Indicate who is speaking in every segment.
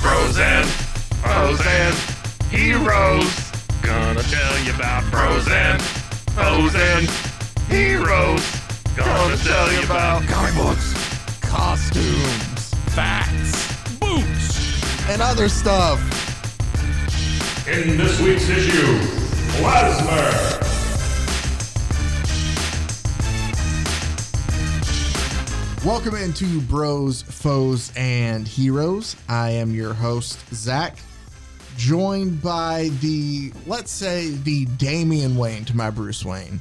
Speaker 1: Frozen, frozen, heroes. Gonna tell you about frozen, frozen, heroes. Gonna tell you about
Speaker 2: comic books, costumes,
Speaker 1: facts, boots.
Speaker 2: and other stuff.
Speaker 3: In this week's issue, Plasmer.
Speaker 4: Welcome into Bros, Foes, and Heroes. I am your host, Zach, joined by the, let's say, the Damian Wayne to my Bruce Wayne,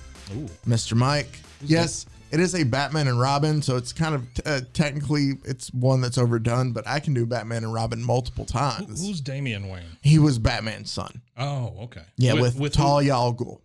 Speaker 4: Mr. Mike. yes, it is a Batman and Robin, so it's kind of uh, technically it's one that's overdone, but I can do Batman and Robin multiple times.
Speaker 3: Who's Damian Wayne?
Speaker 4: he was Batman's son.
Speaker 3: Oh, okay.
Speaker 4: Yeah, with,
Speaker 3: with
Speaker 4: Talia al Ghul.
Speaker 3: who?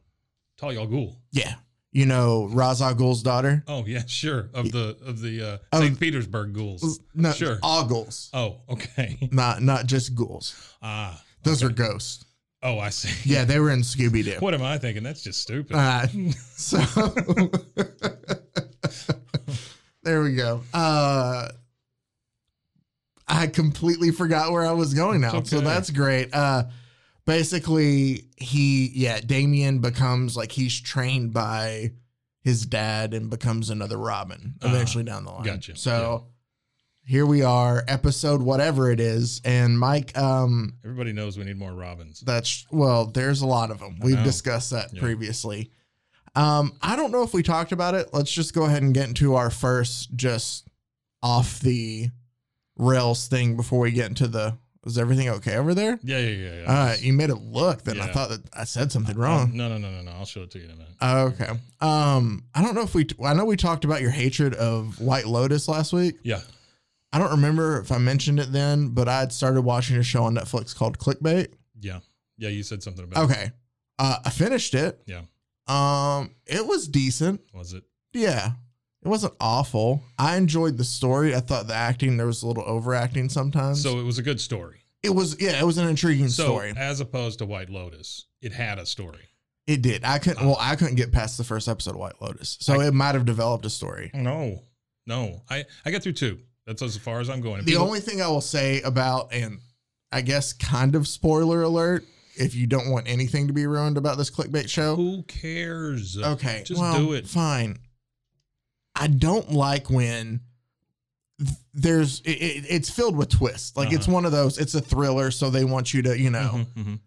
Speaker 3: Talia al Ghul.
Speaker 4: Yeah, you know Ra's al Ghul's daughter.
Speaker 3: Oh, yeah, sure. Of the of the uh,
Speaker 4: Of-
Speaker 3: St. Petersburg ghouls.
Speaker 4: Oh. No,
Speaker 3: sure.
Speaker 4: all ghouls,
Speaker 3: Oh, okay.
Speaker 4: not not just ghouls.
Speaker 3: Ah.
Speaker 4: Those are ghosts.
Speaker 3: Oh, I see.
Speaker 4: Yeah, they were in Scooby Doo.
Speaker 3: What am I thinking? That's just stupid.
Speaker 4: Uh, so there we go. Uh, I completely forgot where I was going now,
Speaker 3: It's
Speaker 4: so
Speaker 3: okay.
Speaker 4: that's great. Uh, basically, he yeah, Damien becomes like he's trained by his dad and becomes another Robin
Speaker 3: Ah,
Speaker 4: eventually down the line.
Speaker 3: gotcha.
Speaker 4: So here we are, episode whatever it is, and Mike. Um,
Speaker 3: Everybody knows we need more Robins.
Speaker 4: that's well, there's a lot of them.
Speaker 3: I
Speaker 4: We've
Speaker 3: know.
Speaker 4: discussed that
Speaker 3: Yeah.
Speaker 4: previously. Um, I don't know if we talked about it. Let's just go ahead and get into our first just off the rails thing before we get into the is everything okay over there?
Speaker 3: Yeah, yeah, yeah. yeah.
Speaker 4: Uh you made it look then I
Speaker 3: Yeah.
Speaker 4: thought that I said something
Speaker 3: Oh,
Speaker 4: wrong.
Speaker 3: no, no, no, no, no. I'll show it to you in a minute.
Speaker 4: okay. Um, I don't know if we I know we talked about your hatred of White Lotus last week.
Speaker 3: yeah.
Speaker 4: I don't remember if I mentioned it then, but I had started watching a show on Netflix called Clickbait.
Speaker 3: Yeah. Yeah, you said something about
Speaker 4: Okay. Uh, I finished it.
Speaker 3: Yeah.
Speaker 4: Um, it was decent.
Speaker 3: Was it?
Speaker 4: Yeah. It wasn't awful. I enjoyed the story. I thought the acting there was a little overacting sometimes.
Speaker 3: So it was a good story.
Speaker 4: it was yeah, it was an intriguing
Speaker 3: So
Speaker 4: story.
Speaker 3: as opposed to White Lotus, it had a story.
Speaker 4: It did. I
Speaker 3: uh,
Speaker 4: couldn't well, I couldn't get past the first episode of White Lotus. So it might have developed a story.
Speaker 3: No, no. I I got through two. That's as far as I'm going. If
Speaker 4: The
Speaker 3: people-
Speaker 4: only thing I will say about and I guess kind of spoiler alert, if you don't want anything to be ruined about this clickbait show.
Speaker 3: who cares?
Speaker 4: Okay.
Speaker 3: just
Speaker 4: well,
Speaker 3: do it.
Speaker 4: Fine. I don't like when th- there's it, it, it's filled with twists. Like it's
Speaker 3: Uh-huh.
Speaker 4: one of those. It's a thriller, so they want you to you know.
Speaker 3: Mhm, mhm.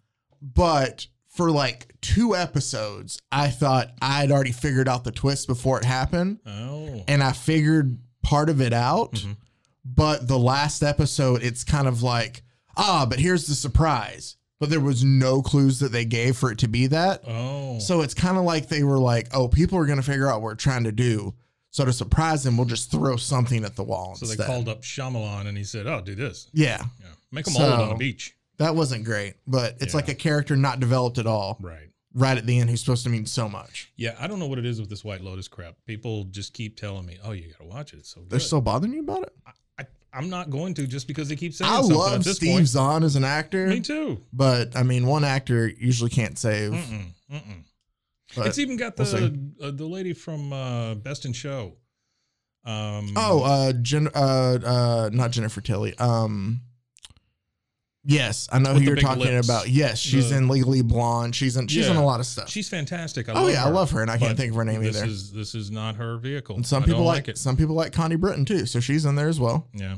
Speaker 4: But for like two episodes, I thought I'd already figured out the twist before it happened,
Speaker 3: Oh,
Speaker 4: and I figured part of it out.
Speaker 3: Mhm.
Speaker 4: But the last episode, it's kind of like ah, but here's the surprise. But there was no clues that they gave for it to be that.
Speaker 3: oh.
Speaker 4: So it's kind of like they were like, oh, people are going to figure out what we're trying to do. So to surprise them, we'll just throw something at the wall.
Speaker 3: So they
Speaker 4: instead.
Speaker 3: called up Shyamalan and he said, "Oh, do this.
Speaker 4: Yeah,
Speaker 3: Yeah. Make them
Speaker 4: So-
Speaker 3: old on the beach."
Speaker 4: that wasn't great, but it's
Speaker 3: Yeah.
Speaker 4: like a character not developed at all
Speaker 3: Right.
Speaker 4: right at the end who's supposed to mean so much.
Speaker 3: Yeah, I don't know what it is with this White Lotus crap. People just keep telling me, "Oh, you got to watch it. It's so good."
Speaker 4: They're still bothering you about it.
Speaker 3: I, I'm not going to just because they keep saying
Speaker 4: I
Speaker 3: something
Speaker 4: love
Speaker 3: at this
Speaker 4: Steve
Speaker 3: point.
Speaker 4: Zahn as an actor,
Speaker 3: Me too.
Speaker 4: but I mean, one actor usually can't save.
Speaker 3: Mm-mm, mm-mm.
Speaker 4: but-
Speaker 3: It's e- even got the
Speaker 4: we'll
Speaker 3: uh, the lady from uh, Best in Show. Um,
Speaker 4: uh, oh, uh, Jen, uh, uh, not Jennifer Tilly. Um, Yes, I know
Speaker 3: With
Speaker 4: who
Speaker 3: the
Speaker 4: you're
Speaker 3: big
Speaker 4: talking
Speaker 3: lips.
Speaker 4: about. Yes, she's
Speaker 3: The-
Speaker 4: in Legally Blonde. She's in she's in
Speaker 3: Yeah.
Speaker 4: a lot of stuff.
Speaker 3: She's fantastic. I
Speaker 4: Oh,
Speaker 3: love
Speaker 4: yeah, I
Speaker 3: her,
Speaker 4: love her, and I can't
Speaker 3: but
Speaker 4: think of her name
Speaker 3: this
Speaker 4: either.
Speaker 3: Is, this is not her vehicle.
Speaker 4: and some
Speaker 3: I
Speaker 4: people
Speaker 3: don't
Speaker 4: like,
Speaker 3: it.
Speaker 4: some people like Connie Britton too, so she's in there as well.
Speaker 3: Yeah.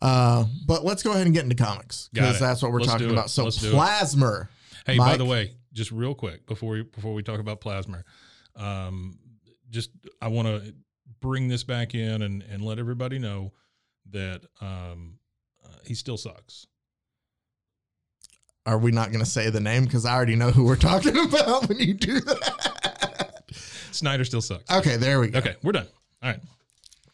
Speaker 4: Uh, but let's go ahead and get into comics
Speaker 3: Got
Speaker 4: because
Speaker 3: it.
Speaker 4: that's what we're
Speaker 3: Let's
Speaker 4: talking
Speaker 3: do it.
Speaker 4: about. So
Speaker 3: Let's do it.
Speaker 4: Plasmer,
Speaker 3: Hey, by
Speaker 4: Mike?
Speaker 3: the way, just real quick before we before we talk about plasma, um, just I want to bring this back in and and let everybody know that um, uh, he still sucks.
Speaker 4: are we not going to say the name because I already know who we're talking about when you do that?
Speaker 3: Snyder still sucks.
Speaker 4: okay, there we go.
Speaker 3: Okay, we're done. All right.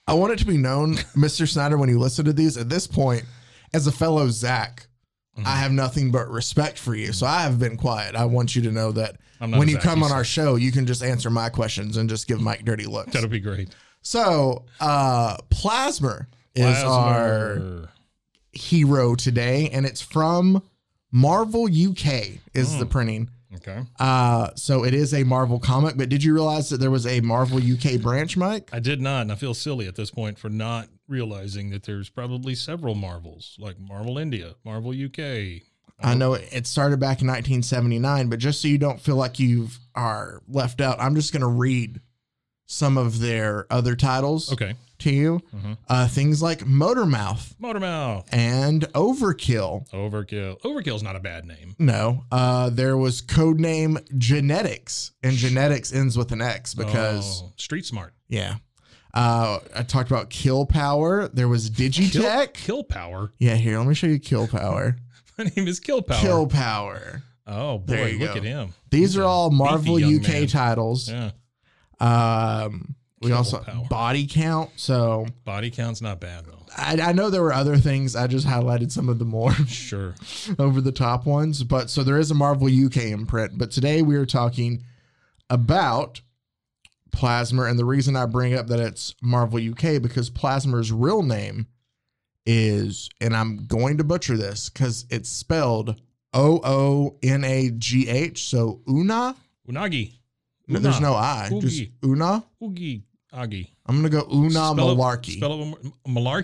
Speaker 4: I want it to be known, Mr. Snyder, when you listen to these at this point, as a fellow Zach,
Speaker 3: Mm-hmm.
Speaker 4: I have nothing but respect for you. So I have been quiet. I want you to know that
Speaker 3: I'm not
Speaker 4: when
Speaker 3: a
Speaker 4: you
Speaker 3: Zach,
Speaker 4: come
Speaker 3: you
Speaker 4: on our show, you can just answer my questions and just give Mike dirty looks.
Speaker 3: That'll be great.
Speaker 4: So, uh, Plasmer is our
Speaker 3: Plasma.
Speaker 4: hero today, and it's from Marvel UK is the printing.
Speaker 3: Okay.
Speaker 4: Uh, so it is a Marvel comic, but did you realize that there was a Marvel UK branch, Mike?
Speaker 3: I did not, and I feel silly at this point for not realizing that there's probably several Marvels, like Marvel India, Marvel UK.
Speaker 4: I know it, it started back in 1979, but just so you don't feel like you are left out, I'm just going to read some of their other titles
Speaker 3: Okay.
Speaker 4: to you. Uh, things like Motormouth
Speaker 3: Motormouth.
Speaker 4: and Overkill.
Speaker 3: Overkill. Overkill's not a bad name.
Speaker 4: No, uh, there was codename Genetics, and Genetics ends with an X because
Speaker 3: Oh, street smart.
Speaker 4: yeah. Uh, I talked about Kill Power. There was Digitech.
Speaker 3: Kill Power.
Speaker 4: Yeah, here, let me show you Kill Power.
Speaker 3: My name is Kill Power.
Speaker 4: Kill Power.
Speaker 3: oh
Speaker 4: There
Speaker 3: boy,
Speaker 4: you
Speaker 3: look
Speaker 4: go.
Speaker 3: at him.
Speaker 4: These are all Marvel
Speaker 3: young
Speaker 4: UK
Speaker 3: man.
Speaker 4: titles.
Speaker 3: Yeah.
Speaker 4: Um, we
Speaker 3: Kill
Speaker 4: also
Speaker 3: Power.
Speaker 4: body count. So
Speaker 3: Body count's not bad though.
Speaker 4: I, I know there were other things. I just highlighted some of the more
Speaker 3: Sure.
Speaker 4: over the top ones. But so there is a Marvel UK imprint. But today we are talking about Plasmer. And the reason I bring up that it's Marvel UK because Plasmer's real name is, and I'm going to butcher this because it's spelled O O N A G H. So Una.
Speaker 3: Unagi.
Speaker 4: No, there's
Speaker 3: Una.
Speaker 4: no I. Just
Speaker 3: Oogi.
Speaker 4: Una.
Speaker 3: Oogie. Agi.
Speaker 4: I'm gonna go Una
Speaker 3: Spell it-
Speaker 4: Malarkey.
Speaker 3: Spell it one more. M-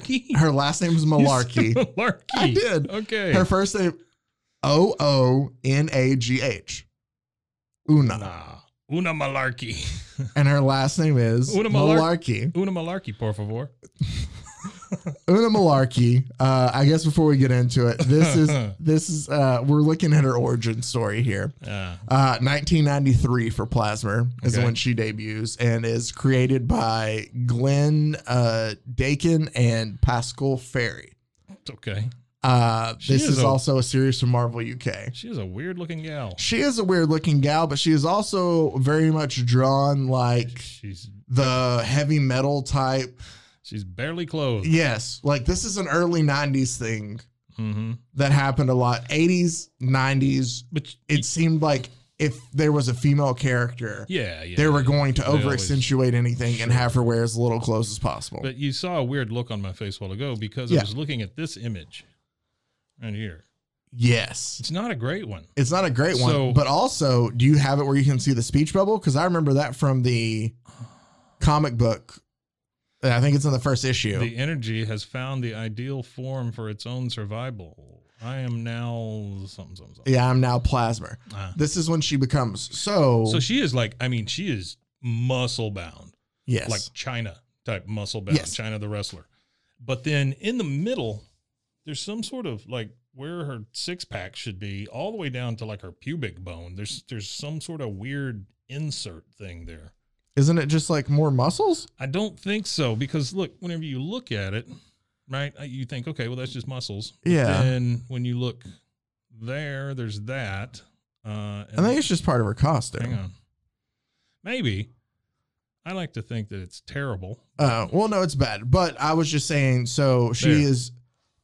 Speaker 3: Malarkey?
Speaker 4: Her last name is
Speaker 3: You said
Speaker 4: Malarkey.
Speaker 3: Malarkey.
Speaker 4: I did.
Speaker 3: Okay.
Speaker 4: Her first name O O N A G H. Una.
Speaker 3: nah. Una Malarkey.
Speaker 4: And her last name is
Speaker 3: Una Malar-
Speaker 4: Malarkey.
Speaker 3: Una Malarkey, por favor.
Speaker 4: Una Malarkey. Uh, I guess before we get into it, this is this is uh, we're looking at her origin story here.
Speaker 3: Uh,
Speaker 4: Uh, 1993 for Plasmer is
Speaker 3: Okay.
Speaker 4: when she debuts and is created by Glenn uh, Dakin and Pascal Ferry.
Speaker 3: it's okay.
Speaker 4: Uh,
Speaker 3: She
Speaker 4: this
Speaker 3: is
Speaker 4: is,
Speaker 3: a-
Speaker 4: also a series from Marvel UK.
Speaker 3: She is a weird looking gal.
Speaker 4: She is a weird looking gal, but she is also very much drawn like
Speaker 3: She's
Speaker 4: the heavy metal type.
Speaker 3: she's barely clothed.
Speaker 4: Yes, like this is an early 90s thing
Speaker 3: Mm-hmm.
Speaker 4: that happened a lot. 80s, 90s.
Speaker 3: But
Speaker 4: It seemed like if there was a female character,
Speaker 3: yeah, yeah.
Speaker 4: they were
Speaker 3: yeah.
Speaker 4: going to
Speaker 3: They always-
Speaker 4: over accentuate anything and have her wear as little clothes as possible.
Speaker 3: But you saw a weird look on my face while ago because
Speaker 4: Yeah.
Speaker 3: I was looking at this image right here.
Speaker 4: yes.
Speaker 3: It's not a great one.
Speaker 4: It's not a great one,
Speaker 3: So-
Speaker 4: but also, do you have it where you can see the speech bubble? Because I remember that from the comic book. Uh, I think it's in the first issue.
Speaker 3: The energy has found the ideal form for its own survival. I am now something, something, something.
Speaker 4: yeah, I'm now Plasmer.
Speaker 3: Ah.
Speaker 4: This is when she becomes so.
Speaker 3: So she is like, I mean, she is muscle bound,
Speaker 4: yes,
Speaker 3: like China type muscle bound,
Speaker 4: Yes.
Speaker 3: China the wrestler. But then in the middle, there's some sort of like where her six pack should be, all the way down to like her pubic bone. There's there's some sort of weird insert thing there.
Speaker 4: isn't it just like more muscles?
Speaker 3: I don't think so because look, whenever you look at it, right, uh, you think, okay, well that's just muscles. But
Speaker 4: Yeah.
Speaker 3: Then when you look there, there's that. Uh,
Speaker 4: I think it's just part of her costume.
Speaker 3: hang on, maybe. I like to think that it's terrible.
Speaker 4: Uh, well, no, it's bad. But I was just saying. So she
Speaker 3: There.
Speaker 4: is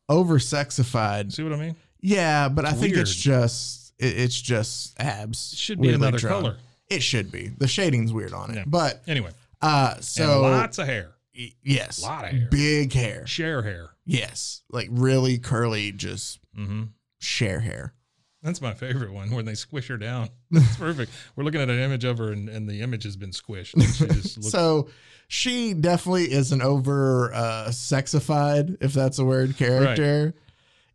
Speaker 4: over sexified.
Speaker 3: See what I mean?
Speaker 4: Yeah, but I think it's
Speaker 3: Weird.
Speaker 4: just it, it's just abs.
Speaker 3: It should be
Speaker 4: weirdly
Speaker 3: another
Speaker 4: drawn.
Speaker 3: color.
Speaker 4: It should be. The shading's weird on it,
Speaker 3: Yeah.
Speaker 4: but
Speaker 3: Anyway,
Speaker 4: uh,
Speaker 3: so
Speaker 4: so
Speaker 3: and lots of hair,
Speaker 4: Y- Yes.
Speaker 3: lot of hair,
Speaker 4: Big hair.
Speaker 3: share hair.
Speaker 4: Yes. Like really curly, just
Speaker 3: Mm-hmm.
Speaker 4: share hair.
Speaker 3: That's my favorite one when they squish her down. That's perfect. We're looking at an image of her, and, and the image has been squished. She just looks
Speaker 4: So she definitely is an over uh, sexified, if that's a word, character.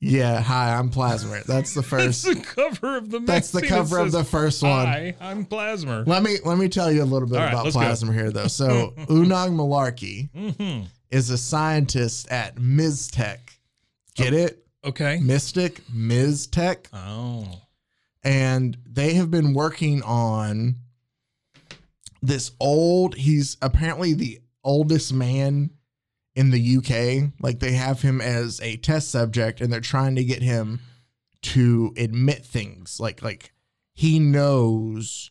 Speaker 4: Yeah, hi, I'm Plasmer. That's the
Speaker 3: That's
Speaker 4: first.
Speaker 3: the cover of the magazine.
Speaker 4: that's the
Speaker 3: that
Speaker 4: cover of
Speaker 3: says,
Speaker 4: the first one.
Speaker 3: Hi, I'm Plasmer.
Speaker 4: Let me let me tell you a little bit
Speaker 3: All right,
Speaker 4: about
Speaker 3: let's go.
Speaker 4: Plasmer here, though. So Unang Malarkey
Speaker 3: Mm-hmm.
Speaker 4: is a scientist at MizTech. Get
Speaker 3: Oh.
Speaker 4: it?
Speaker 3: Okay.
Speaker 4: Mystic MizTech,
Speaker 3: Oh.
Speaker 4: and they have been working on this old. He's apparently the oldest man in the UK. Like they have him as a test subject, and they're trying to get him to admit things. Like like he knows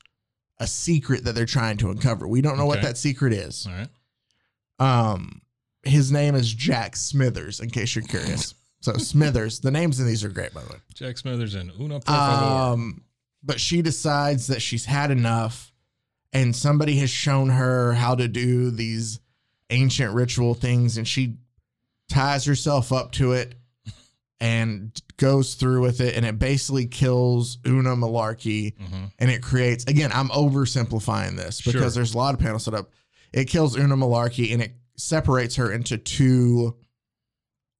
Speaker 4: a secret that they're trying to uncover. We don't know what
Speaker 3: Okay.
Speaker 4: that secret is.
Speaker 3: All right.
Speaker 4: Um, his name is Jack Smithers, in case you're curious. So Smithers, the names in these are great, by the way.
Speaker 3: Jack Smithers and Una por favor.
Speaker 4: Um, but she decides that she's had enough, and somebody has shown her how to do these ancient ritual things, and she ties herself up to it and goes through with it, and it basically kills Una Malarkey,
Speaker 3: Mhm.
Speaker 4: and it creates again. I'm oversimplifying this because
Speaker 3: Sure.
Speaker 4: there's a lot of panels set up. It kills Una Malarkey, and it separates her into two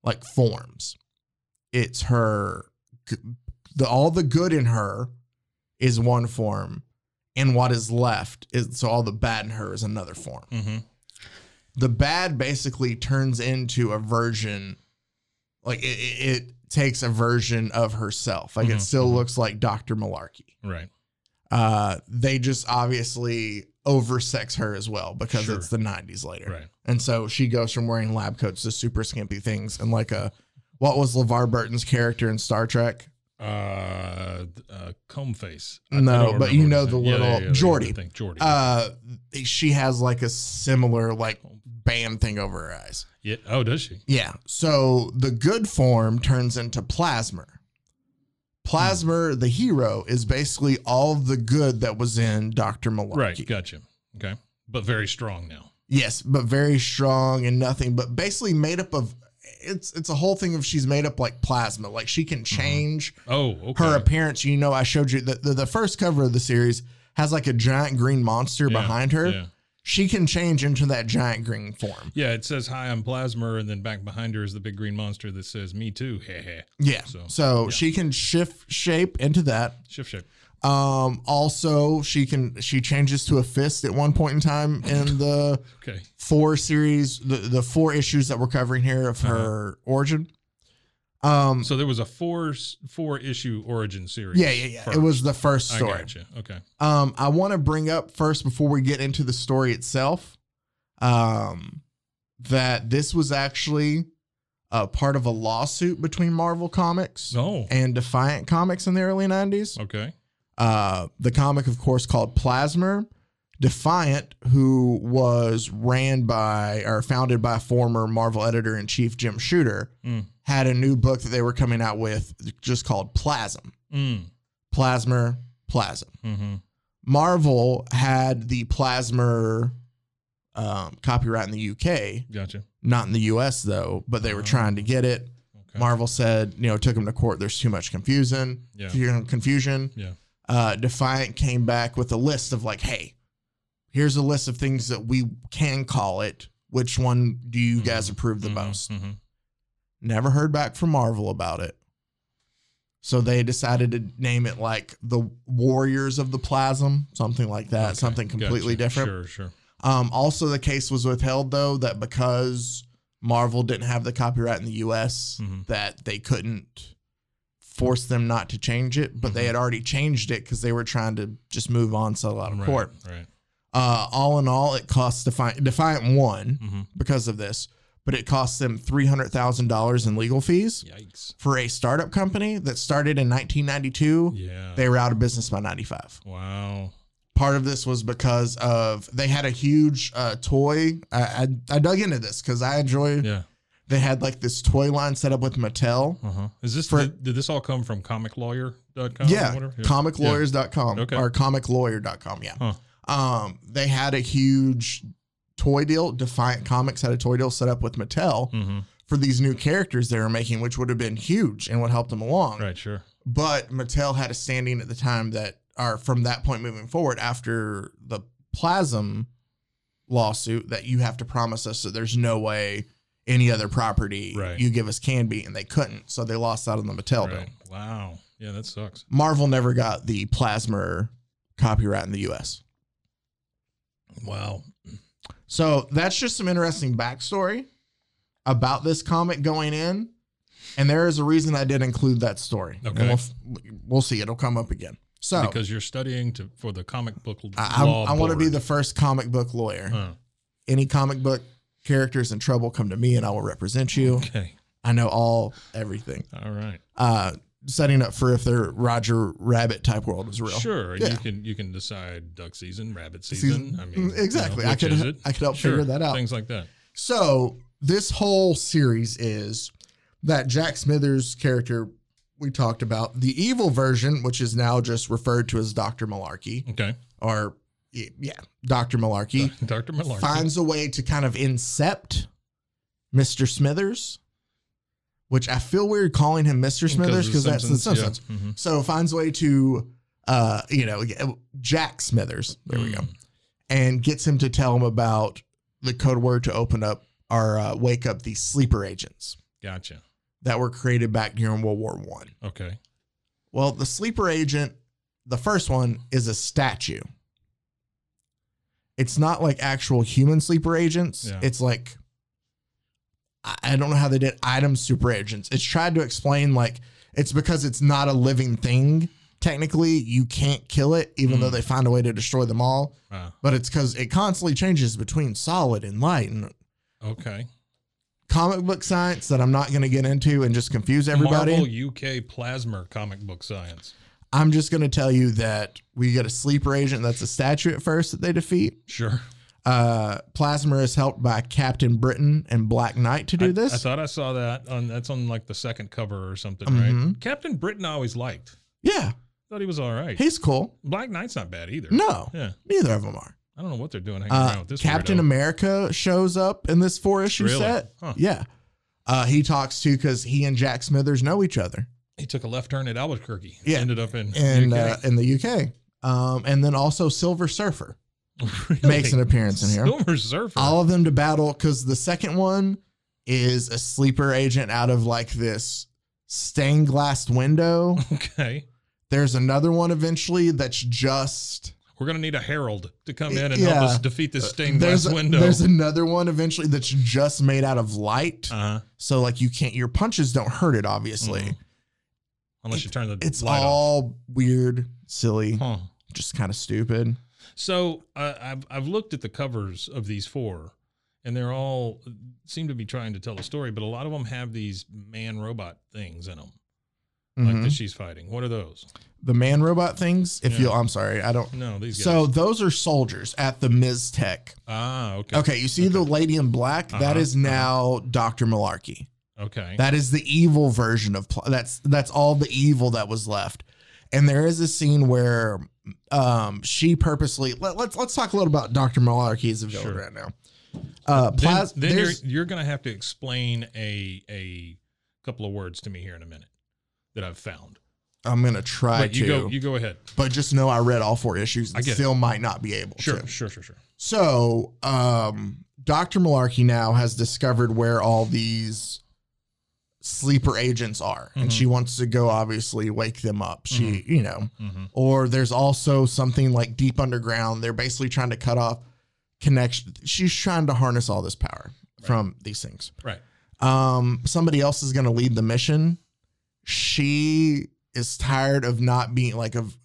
Speaker 4: like forms. It's her g- the all the good in her is one form, and what is left is so all the bad in her is another form.
Speaker 3: Mhm.
Speaker 4: The bad basically turns into a version, like it, it, it takes a version of herself. Like
Speaker 3: Mhm,
Speaker 4: it still
Speaker 3: mhm.
Speaker 4: looks like Doctor Malarkey.
Speaker 3: Right.
Speaker 4: Uh, they just obviously oversex her as well because
Speaker 3: Sure.
Speaker 4: it's the 90s later.
Speaker 3: Right.
Speaker 4: And so she goes from wearing lab coats to super skimpy things and like a what was LeVar Burton's character in Star Trek?
Speaker 3: Uh, th- uh comb face.
Speaker 4: No,
Speaker 3: don't
Speaker 4: but
Speaker 3: remember
Speaker 4: you
Speaker 3: what
Speaker 4: know
Speaker 3: his
Speaker 4: the
Speaker 3: name- yeah,
Speaker 4: little-
Speaker 3: yeah, yeah, the
Speaker 4: Geordie.
Speaker 3: other thing, Geordie.
Speaker 4: Uh she has like a similar like band thing over her eyes.
Speaker 3: yeah. Oh, does she?
Speaker 4: Yeah. So the good form turns into plasmer. Plasmer,
Speaker 3: Hmm.
Speaker 4: the hero, is basically all the good that was in Dr. Malarkey.
Speaker 3: Right. Gotcha. Okay. But very strong now.
Speaker 4: Yes, but very strong and nothing, but basically made up of it's it's a whole thing of she's made up like plasma. Like she can change
Speaker 3: Oh, Uh-huh. okay.
Speaker 4: her appearance. You know, I showed you the, the, the first cover of the series has like a giant green monster
Speaker 3: Yeah,
Speaker 4: behind her.
Speaker 3: Yeah.
Speaker 4: She can change into that giant green form.
Speaker 3: Yeah, it says hi, I'm Plasmer, and then back behind her is the big green monster that says me too. Heh heh.
Speaker 4: Yeah.
Speaker 3: So,
Speaker 4: So,
Speaker 3: yeah.
Speaker 4: she can shift shape into that.
Speaker 3: Shift shape.
Speaker 4: Um also she can she changes to a fist at one point in time in the
Speaker 3: Okay.
Speaker 4: four series the, the four issues that we're covering here of
Speaker 3: Uh-huh.
Speaker 4: her origin. Um
Speaker 3: So there was a four s- four issue origin series.
Speaker 4: Yeah, yeah, yeah.
Speaker 3: first.
Speaker 4: It was the first
Speaker 3: I
Speaker 4: story.
Speaker 3: gotcha. Okay.
Speaker 4: Um, I want to bring up first before we get into the story itself, um, that this was actually a part of a lawsuit between Marvel Comics
Speaker 3: No.
Speaker 4: and Defiant Comics in the early '90s.
Speaker 3: Oh, Okay.
Speaker 4: Uh, the comic, of course, called Plasmer. Defiant, who was ran by or founded by former Marvel editor in chief Jim Shooter,
Speaker 3: Mm.
Speaker 4: had a new book that they were coming out with just called Plasm.
Speaker 3: Mm.
Speaker 4: Plasmer, Plasm.
Speaker 3: hmm
Speaker 4: Marvel had the Plasmer um, copyright in the UK,
Speaker 3: Gotcha.
Speaker 4: not in the US though, but they were trying to get it.
Speaker 3: Ah, Okay.
Speaker 4: Marvel said, you know, took them to court. There's too much confusion.
Speaker 3: Yeah.
Speaker 4: confusion- Confusion.
Speaker 3: Yeah.
Speaker 4: Uh, Defiant came back with a list of like, hey, here's a list of things that we can call it. Which one do you
Speaker 3: Mm-hmm.
Speaker 4: guys approve the most?
Speaker 3: hmm
Speaker 4: Never heard back from Marvel about it. So they decided to name it like the Warriors of the Plasm, something like that, Uh, something completely different.
Speaker 3: Sure, sure.
Speaker 4: Um, also, the case was withheld though that because Marvel didn't have the copyright in the U.S.,
Speaker 3: Mhm.
Speaker 4: that they couldn't force them not to change it. But
Speaker 3: Mm-hmm.
Speaker 4: they had already changed it because they were trying to just move on, settle out of
Speaker 3: Right.
Speaker 4: court.
Speaker 3: Right.
Speaker 4: Uh, all in all, it cost Defiant, Defiant one
Speaker 3: Mhm.
Speaker 4: because of this, but it cost them three hundred thousand dollars in legal fees
Speaker 3: Yikes.
Speaker 4: for a startup company that started in 1992.
Speaker 3: Yeah.
Speaker 4: They were out of business by 95.
Speaker 3: wow.
Speaker 4: Part of this was because of they had a huge uh, toy. I, I, I dug into this because I enjoy.
Speaker 3: Yeah.
Speaker 4: They had like this toy line set up with Mattel.
Speaker 3: Uh huh. Is this
Speaker 4: For-
Speaker 3: did, did this all come from comiclawyer.com?
Speaker 4: yeah,
Speaker 3: Or whatever?
Speaker 4: comiclawyers.com
Speaker 3: Okay.
Speaker 4: or comiclawyer.com. Yeah.
Speaker 3: Huh.
Speaker 4: Um, they had a huge toy deal. Defiant Comics had a toy deal set up with Mattel
Speaker 3: Mhm.
Speaker 4: for these new characters they were making, which would have been huge and would help them along.
Speaker 3: Right. Sure.
Speaker 4: but Mattel had a standing at the time that are from that point moving forward after the Plasm lawsuit that you have to promise us that there's no way any other property
Speaker 3: Right.
Speaker 4: you give us can be, and they couldn't, so they lost out on the Mattel deal.
Speaker 3: Right. Wow. Yeah, that sucks.
Speaker 4: Marvel never got the plasma copyright in the U.S.
Speaker 3: Wow.
Speaker 4: So that's just some interesting backstory about this comic going in. And there is a reason I did include that story. And
Speaker 3: Okay.
Speaker 4: we'll, f- we'll see. It'll come up again. So
Speaker 3: because you're studying to for the comic book l-
Speaker 4: I, I,
Speaker 3: law
Speaker 4: I want to be
Speaker 3: board. Uh,
Speaker 4: the first comic book lawyer.
Speaker 3: Huh.
Speaker 4: Any comic book characters in trouble, come to me and I will represent you.
Speaker 3: Okay.
Speaker 4: I know all everything.
Speaker 3: All right.
Speaker 4: Uh, setting up for if their Roger Rabbit type world is real.
Speaker 3: Sure.
Speaker 4: Yeah.
Speaker 3: You can you can decide duck season, rabbit season. I mean
Speaker 4: Mm, exactly. I
Speaker 3: which
Speaker 4: could-
Speaker 3: is it?
Speaker 4: I could help figure that out.
Speaker 3: Things like that.
Speaker 4: So this whole series is that Jack Smithers character we talked about, the evil version, which is now just referred to as Dr. Malarkey,
Speaker 3: Okay.
Speaker 4: or y- yeah, Dr. Malarkey,
Speaker 3: Dr. Malarkey.
Speaker 4: finds a way to kind of incept Mr. Smithers, which I feel weird calling him Mr. Smithers because that's the Simpsons.
Speaker 3: Yeah. Mhm.
Speaker 4: So finds a way to, uh, you know, Jack Smithers. There we go,
Speaker 3: Hmm,
Speaker 4: and gets him to tell him about the code word to open up or uh, wake up the sleeper agents
Speaker 3: Gotcha.
Speaker 4: that were created back during World War One.
Speaker 3: Okay.
Speaker 4: Well, the sleeper agent, the first one is a statue. It's not like actual human sleeper agents.
Speaker 3: Yeah.
Speaker 4: It's like I I don't know how they did item super agents. It's tried to explain like it's because it's not a living thing. Technically, you can't kill it, even though they find a way to destroy them all.
Speaker 3: Hmm. Wow.
Speaker 4: But it's because it constantly changes between solid and light and
Speaker 3: Okay.
Speaker 4: comic book science that I'm not going to get into and just confuse everybody.
Speaker 3: Marvel UK plasma comic book science.
Speaker 4: I'm just going to tell you that we get a sleeper agent that's a statue at first that they defeat.
Speaker 3: Sure.
Speaker 4: Uh, Plasma is helped by Captain Britain and Black Knight to do
Speaker 3: I-
Speaker 4: this.
Speaker 3: I, thought I saw that on that's on like the second cover or something, right?
Speaker 4: Mhm.
Speaker 3: Captain Britain I always liked.
Speaker 4: yeah,
Speaker 3: Thought he was all right.
Speaker 4: he's cool.
Speaker 3: Black Knight's not bad either.
Speaker 4: No,
Speaker 3: Yeah.
Speaker 4: neither of them are.
Speaker 3: I don't know what they're doing hanging around
Speaker 4: Uh,
Speaker 3: with this
Speaker 4: Captain
Speaker 3: weirdo.
Speaker 4: America shows up in this four issue
Speaker 3: Really?
Speaker 4: set.
Speaker 3: Huh.
Speaker 4: Yeah. Uh, he talks to because he and Jack Smithers know each other
Speaker 3: He took a left turn at Albuquerque.
Speaker 4: Yeah.
Speaker 3: Ended up in
Speaker 4: in
Speaker 3: UK.
Speaker 4: uh, in the UK. Um, and then also Silver Surfer
Speaker 3: Really?
Speaker 4: makes an appearance in here.
Speaker 3: Silver Surfer.
Speaker 4: all of them to battle because the second one is a sleeper agent out of like this stained glass window.
Speaker 3: okay.
Speaker 4: There's another one eventually that's just
Speaker 3: We're gonna need a herald to come in and
Speaker 4: Yeah.
Speaker 3: help us defeat this stained
Speaker 4: there's
Speaker 3: glass window.
Speaker 4: there's another one eventually that's just made out of light.
Speaker 3: uh-huh.
Speaker 4: So like you can't your punches don't hurt it obviously.
Speaker 3: Mhm. Unless you turn the
Speaker 4: It's
Speaker 3: light
Speaker 4: all weird, silly,
Speaker 3: off. Huh.
Speaker 4: just kind of stupid.
Speaker 3: So uh, I've I've looked at the covers of these four, and they're all seem to be trying to tell a story, but a lot of them have these man robot things in them, like
Speaker 4: Mhm.
Speaker 3: that she's fighting. What are those?
Speaker 4: The man robot things, if
Speaker 3: Yeah.
Speaker 4: you I'm sorry, I don't
Speaker 3: No, these.
Speaker 4: So
Speaker 3: guys.
Speaker 4: those are soldiers at the Miztec
Speaker 3: ah, okay,
Speaker 4: Okay, you see the lady in black? That
Speaker 3: Uh-huh,
Speaker 4: is now Dr. Malarkey.
Speaker 3: okay,
Speaker 4: That is the evil version of Pl- that's that's all the evil that was left. And there is a scene where um she purposely let, let's let's talk a little about Dr. Malarkey as a villain
Speaker 3: Sure.
Speaker 4: right now. Uh
Speaker 3: then,
Speaker 4: Plas-
Speaker 3: then you're
Speaker 4: there's-
Speaker 3: you're gonna have to explain a a couple of words to me here in a minute that I've found.
Speaker 4: I'm going to try
Speaker 3: But
Speaker 4: to.
Speaker 3: you go you go ahead.
Speaker 4: but just know I read all four issues
Speaker 3: I
Speaker 4: and
Speaker 3: get it.
Speaker 4: still might not be able
Speaker 3: Sure,
Speaker 4: to.
Speaker 3: sure, sure, sure.
Speaker 4: So, um, Dr. Malarkey now has discovered where all these sleeper agents are, and she wants to go obviously wake them up. She, you know,
Speaker 3: Mhm.
Speaker 4: or there's also something like deep underground. They're basically trying to cut off connection. She's trying to harness all this power from these things.
Speaker 3: Right.
Speaker 4: Um, somebody else is going to lead the mission. She is tired of not being like of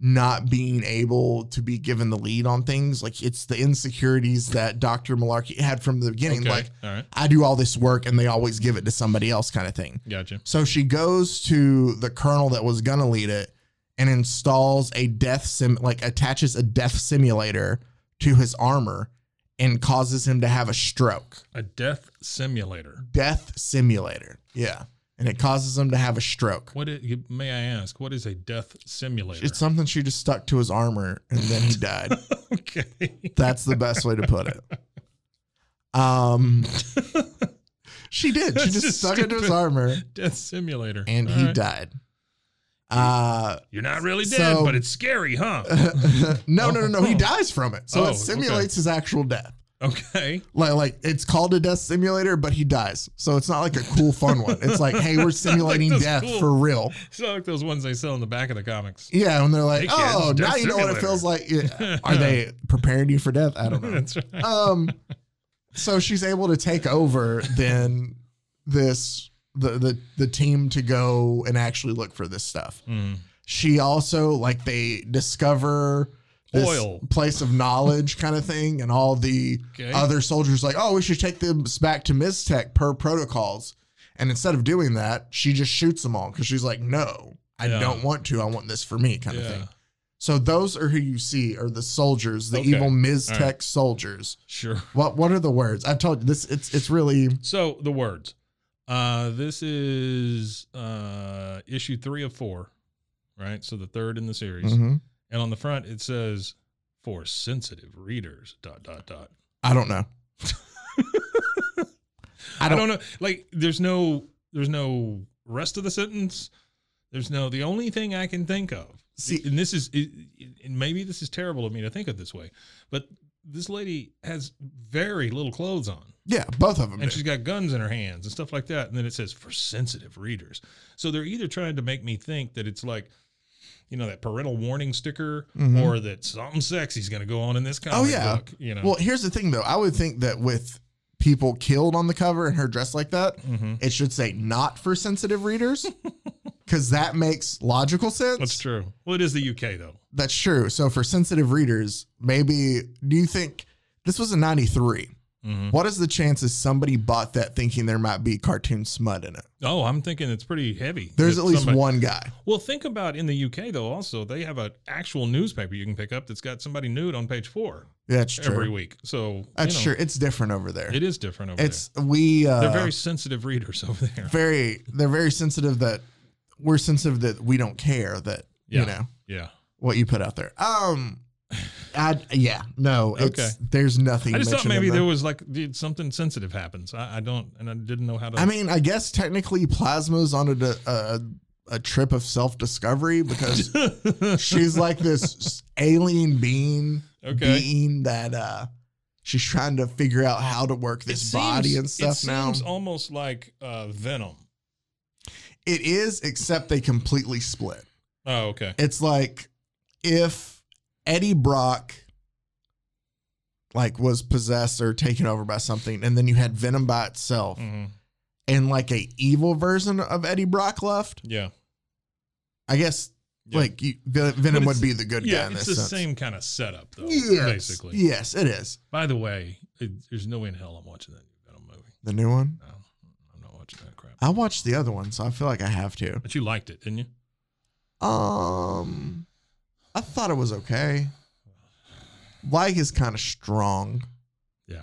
Speaker 4: not being able to be given the lead on things. Like it's the insecurities that Dr. Malarkey had from the beginning.
Speaker 3: Okay.
Speaker 4: Like
Speaker 3: All right.
Speaker 4: I do all this work and they always give it to somebody else kind of thing.
Speaker 3: Gotcha.
Speaker 4: So she goes to the colonel that was going to lead it and installs a death sim like attaches a death simulator to his armor and causes him to have a stroke
Speaker 3: A death simulator.
Speaker 4: death simulator. Yeah. And it causes him to have a stroke.
Speaker 3: What is, may I ask? What is a death simulator?
Speaker 4: It's something she just stuck to his armor and then he died.
Speaker 3: okay.
Speaker 4: That's the best way to put it. Um She did. She
Speaker 3: That's
Speaker 4: just,
Speaker 3: just
Speaker 4: stuck it to his
Speaker 3: stupid.
Speaker 4: armor
Speaker 3: Death simulator.
Speaker 4: and
Speaker 3: All
Speaker 4: he
Speaker 3: right.
Speaker 4: died. Uh
Speaker 3: You're not really
Speaker 4: So-
Speaker 3: dead, but it's scary, huh?
Speaker 4: no, no, no, no. He dies from it. So
Speaker 3: Oh,
Speaker 4: it simulates
Speaker 3: okay.
Speaker 4: his actual death.
Speaker 3: Okay.
Speaker 4: Like like it's called a death simulator, but he dies. So it's not like a cool fun one. It's like, hey, we're simulating
Speaker 3: those
Speaker 4: death
Speaker 3: cool-
Speaker 4: for real.
Speaker 3: It's not like those ones they sell in the back of the comics.
Speaker 4: Yeah, and they're like,
Speaker 1: Hey, kids,
Speaker 4: oh,
Speaker 1: Death
Speaker 4: now you know what it
Speaker 1: Simulator."
Speaker 4: feels like. Yeah. Are they preparing you for death? I don't know.
Speaker 3: That's right.
Speaker 4: Um, so she's able to take over then this the the the team to go and actually look for this stuff.
Speaker 3: Mm.
Speaker 4: She also like they discover this
Speaker 3: Oil.
Speaker 4: place of knowledge kind of thing, and all the
Speaker 3: Okay.
Speaker 4: other soldiers like, oh, we should take them back to Miztec per protocols. And instead of doing that, she just shoots them all because she's like, no, I
Speaker 3: Yeah.
Speaker 4: don't want to. I want this for me kind of
Speaker 3: Yeah.
Speaker 4: thing. So those are who you see are the soldiers, the
Speaker 3: Okay.
Speaker 4: evil Miztec
Speaker 3: All right.
Speaker 4: soldiers.
Speaker 3: Sure.
Speaker 4: What what are the words? I've told you this. It's it's really
Speaker 3: So the words. Uh, this is uh, issue three of four, right? So the third in the series,
Speaker 4: Mhm.
Speaker 3: and on the front it says for sensitive readers. Dot dot dot.
Speaker 4: I don't know.
Speaker 3: I
Speaker 4: I
Speaker 3: don't,
Speaker 4: don't-
Speaker 3: know. Like there's no there's no rest of the sentence. There's no the only thing I can think of.
Speaker 4: See-
Speaker 3: and this is it, it- and maybe this is terrible of me to think of this way, but this lady has very little clothes on.
Speaker 4: Yeah, both of them.
Speaker 3: and
Speaker 4: do.
Speaker 3: she's got guns in her hands and stuff like that. And then it says for sensitive readers. So they're either trying to make me think that it's like, you know, that parental warning sticker,
Speaker 4: Mhm.
Speaker 3: or that something sexy's going to go on in this comic
Speaker 4: Oh, yeah.
Speaker 3: book. You know,
Speaker 4: Well, here's the thing though. I would think that with people killed on the cover and her dressed like that,
Speaker 3: Mhm.
Speaker 4: it should say not for sensitive readers, because that makes logical sense.
Speaker 3: that's true. Well, it is the UK though.
Speaker 4: That's true. So for sensitive readers, maybe do you think this was a '93?
Speaker 3: Mhm.
Speaker 4: What is the chances somebody bought that thinking there might be cartoon smut in it?
Speaker 3: Oh, I'm thinking it's pretty heavy.
Speaker 4: There's
Speaker 3: that
Speaker 4: at least
Speaker 3: somebody-
Speaker 4: one guy.
Speaker 3: Well, think about in the UK though. Also, they have an actual newspaper you can pick up that's got somebody nude on page four
Speaker 4: That's true.
Speaker 3: every week. So
Speaker 4: That's
Speaker 3: you know,
Speaker 4: true. It's different over there.
Speaker 3: It is different over
Speaker 4: it's we. Uh,
Speaker 3: there. They're very sensitive readers over there.
Speaker 4: very they're very sensitive that we're sensitive that we don't care that
Speaker 3: Yeah.
Speaker 4: you know
Speaker 3: yeah.
Speaker 4: what you put out there. Um, I yeah no it's
Speaker 3: Okay.
Speaker 4: there's nothing.
Speaker 3: I just thought
Speaker 4: mentioned in
Speaker 3: maybe
Speaker 4: the-
Speaker 3: there was like dude, something sensitive happens. I, I don't, and I didn't know how to.
Speaker 4: I mean, I guess technically plasma's on a d- a, a trip of self discovery because she's like this alien being
Speaker 3: Okay.
Speaker 4: being that uh she's trying to figure out how to work
Speaker 3: It
Speaker 4: this
Speaker 3: seems-
Speaker 4: body and
Speaker 3: it
Speaker 4: stuff now.
Speaker 3: seems almost like uh, Venom.
Speaker 4: it is, except they completely split.
Speaker 3: Oh, okay.
Speaker 4: it's like if Eddie Brock like was possessed or taken over by something, and then you had Venom by itself,
Speaker 3: hmm
Speaker 4: and like a evil version of Eddie Brock left.
Speaker 3: Yeah.
Speaker 4: I guess
Speaker 3: Yeah.
Speaker 4: like you, Ven-
Speaker 3: But
Speaker 4: Venom
Speaker 3: it's-
Speaker 4: would be the good guy.
Speaker 3: yeah,
Speaker 4: in
Speaker 3: it's
Speaker 4: this
Speaker 3: the
Speaker 4: sense.
Speaker 3: same kind of setup though.
Speaker 4: Yes,
Speaker 3: Basically.
Speaker 4: yes, it is
Speaker 3: By the way, it, there's no way in hell I'm watching that new Venom movie.
Speaker 4: the new one.
Speaker 3: No, I'm not watching that crap.
Speaker 4: I watched the other one, so I feel like I have to.
Speaker 3: But you liked it, didn't you?
Speaker 4: Um, I thought it was okay. Like is kind of strong.
Speaker 3: Yeah.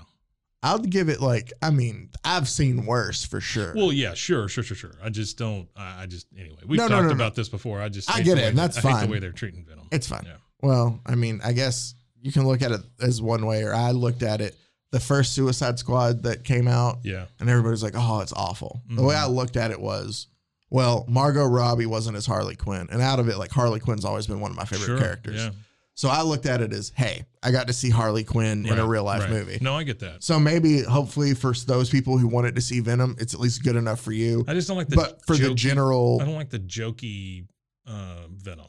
Speaker 4: I'd give it like I mean I've seen worse for sure.
Speaker 3: Well, yeah, sure, sure, sure, sure. I just don't. I, I just anyway. We've
Speaker 4: No, no,
Speaker 3: talked
Speaker 4: no, no.
Speaker 3: about this before. I just
Speaker 4: I get
Speaker 3: hate the
Speaker 4: it,
Speaker 3: way
Speaker 4: and
Speaker 3: that-
Speaker 4: that's
Speaker 3: I hate
Speaker 4: fine.
Speaker 3: the way they're treating Venom.
Speaker 4: It's fine.
Speaker 3: Yeah.
Speaker 4: Well, I mean, I guess you can look at it as one way, or I looked at it the first Suicide Squad that came out,
Speaker 3: Yeah. Mm-hmm.
Speaker 4: and everybody's like, "Oh, it's awful." The way I looked at it was, well, Margot Robbie wasn't as Harley Quinn, and out of it, like Harley Quinn's always been one of my favorite
Speaker 3: Sure.
Speaker 4: characters.
Speaker 3: Yeah.
Speaker 4: So I looked at it as, "Hey, I got to see Harley Quinn in a
Speaker 3: Right,
Speaker 4: real life
Speaker 3: right.
Speaker 4: movie."
Speaker 3: No, I get that.
Speaker 4: So maybe, hopefully, for those people who wanted to see Venom, it's at least good enough for you.
Speaker 3: I just don't like the.
Speaker 4: But for the
Speaker 3: jokey-
Speaker 4: general,
Speaker 3: I don't like the jokey uh, Venom,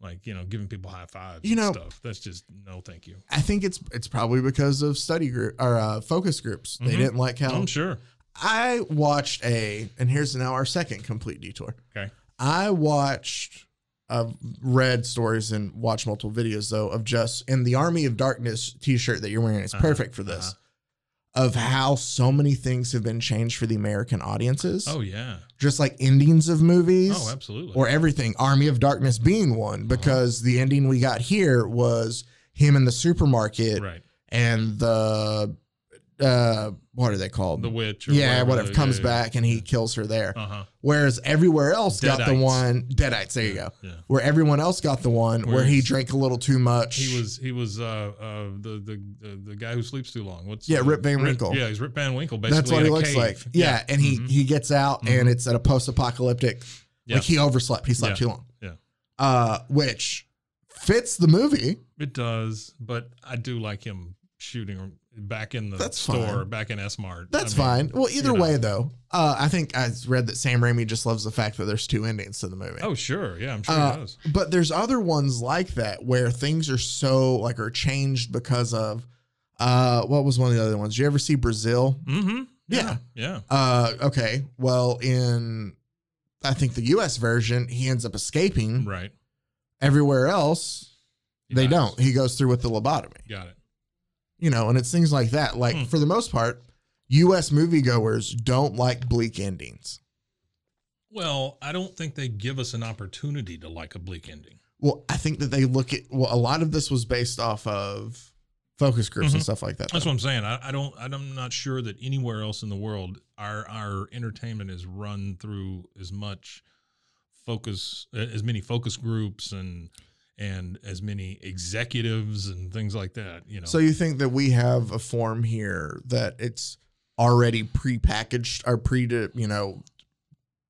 Speaker 3: like you know, giving people high fives.
Speaker 4: You
Speaker 3: and
Speaker 4: know-
Speaker 3: stuff. That's just no, thank you.
Speaker 4: I think it's it's probably because of study group or uh, focus groups. They
Speaker 3: Mhm.
Speaker 4: didn't like how
Speaker 3: I'm sure.
Speaker 4: I watched a, and here's now our second complete detour.
Speaker 3: Okay.
Speaker 4: I watched, I've read stories and watched multiple videos though of just in the Army of Darkness T-shirt that you're wearing. It's
Speaker 3: Uh-huh,
Speaker 4: perfect for this. Of how so many things have been changed for the American audiences,
Speaker 3: Oh yeah.
Speaker 4: just like endings of movies,
Speaker 3: Oh, absolutely. Uh-huh.
Speaker 4: or everything. Army of Darkness being one because the ending we got here was him in the supermarket
Speaker 3: right.
Speaker 4: and the uh, what are they called?
Speaker 3: The witch. Or
Speaker 4: yeah,
Speaker 3: whatever
Speaker 4: whatever
Speaker 3: the-
Speaker 4: comes
Speaker 3: yeah,
Speaker 4: back and he kills her there.
Speaker 3: Uh huh.
Speaker 4: Whereas everywhere else got the
Speaker 3: Deadites.
Speaker 4: one Deadites. There you go.
Speaker 3: Yeah.
Speaker 4: Where everyone else got the one where,
Speaker 3: Where
Speaker 4: he
Speaker 3: he's-
Speaker 4: drank a little too much.
Speaker 3: He was he was uh, uh the, the the the guy who sleeps too long. What's
Speaker 4: Yeah, Rip Van
Speaker 3: Rip-
Speaker 4: Winkle.
Speaker 3: yeah, he's Rip Van Winkle. Basically,
Speaker 4: That's what
Speaker 3: in
Speaker 4: he
Speaker 3: a
Speaker 4: looks
Speaker 3: cave.
Speaker 4: like. Yeah, and he
Speaker 3: Mhm.
Speaker 4: he gets out and it's at a post-apocalyptic.
Speaker 3: Yeah.
Speaker 4: Like he overslept. He slept
Speaker 3: Yeah.
Speaker 4: too long.
Speaker 3: Yeah.
Speaker 4: Uh, which fits the movie.
Speaker 3: it does. But I do like him shooting or back in the
Speaker 4: That's
Speaker 3: store,
Speaker 4: fine.
Speaker 3: back in S Mart.
Speaker 4: That's fine. Well, either way, though, uh, I think I read that Sam Raimi just loves the fact that there's two endings to the movie.
Speaker 3: Oh, sure. Yeah, I'm sure
Speaker 4: Uh,
Speaker 3: it does.
Speaker 4: but there's other ones like that where things are so like are changed because of uh what was one of the other ones? Did you ever see Brazil?
Speaker 3: Mm-hmm.
Speaker 4: yeah.
Speaker 3: Yeah.
Speaker 4: Uh okay. Well, in I think the US version, he ends up escaping.
Speaker 3: Right.
Speaker 4: Everywhere else,
Speaker 3: He
Speaker 4: Mm-hmm. they
Speaker 3: dies.
Speaker 4: don't. He goes through with the lobotomy.
Speaker 3: Got it.
Speaker 4: You know, and it's things like that. Like
Speaker 3: Hmm.
Speaker 4: for the most part, US moviegoers don't like bleak endings.
Speaker 3: Well, I don't think they give us an opportunity to like a bleak ending.
Speaker 4: Well, I think that they look at well, a lot of this was based off of focus groups
Speaker 3: Mhm.
Speaker 4: and stuff like that.
Speaker 3: That's
Speaker 4: though.
Speaker 3: what I'm saying. I, I don't. I'm not sure that anywhere else in the world our our entertainment is run through as much focus, as many focus groups, and and as many executives and things like that. You know.
Speaker 4: So you think that we have a form here that it's already prepackaged or pre to you know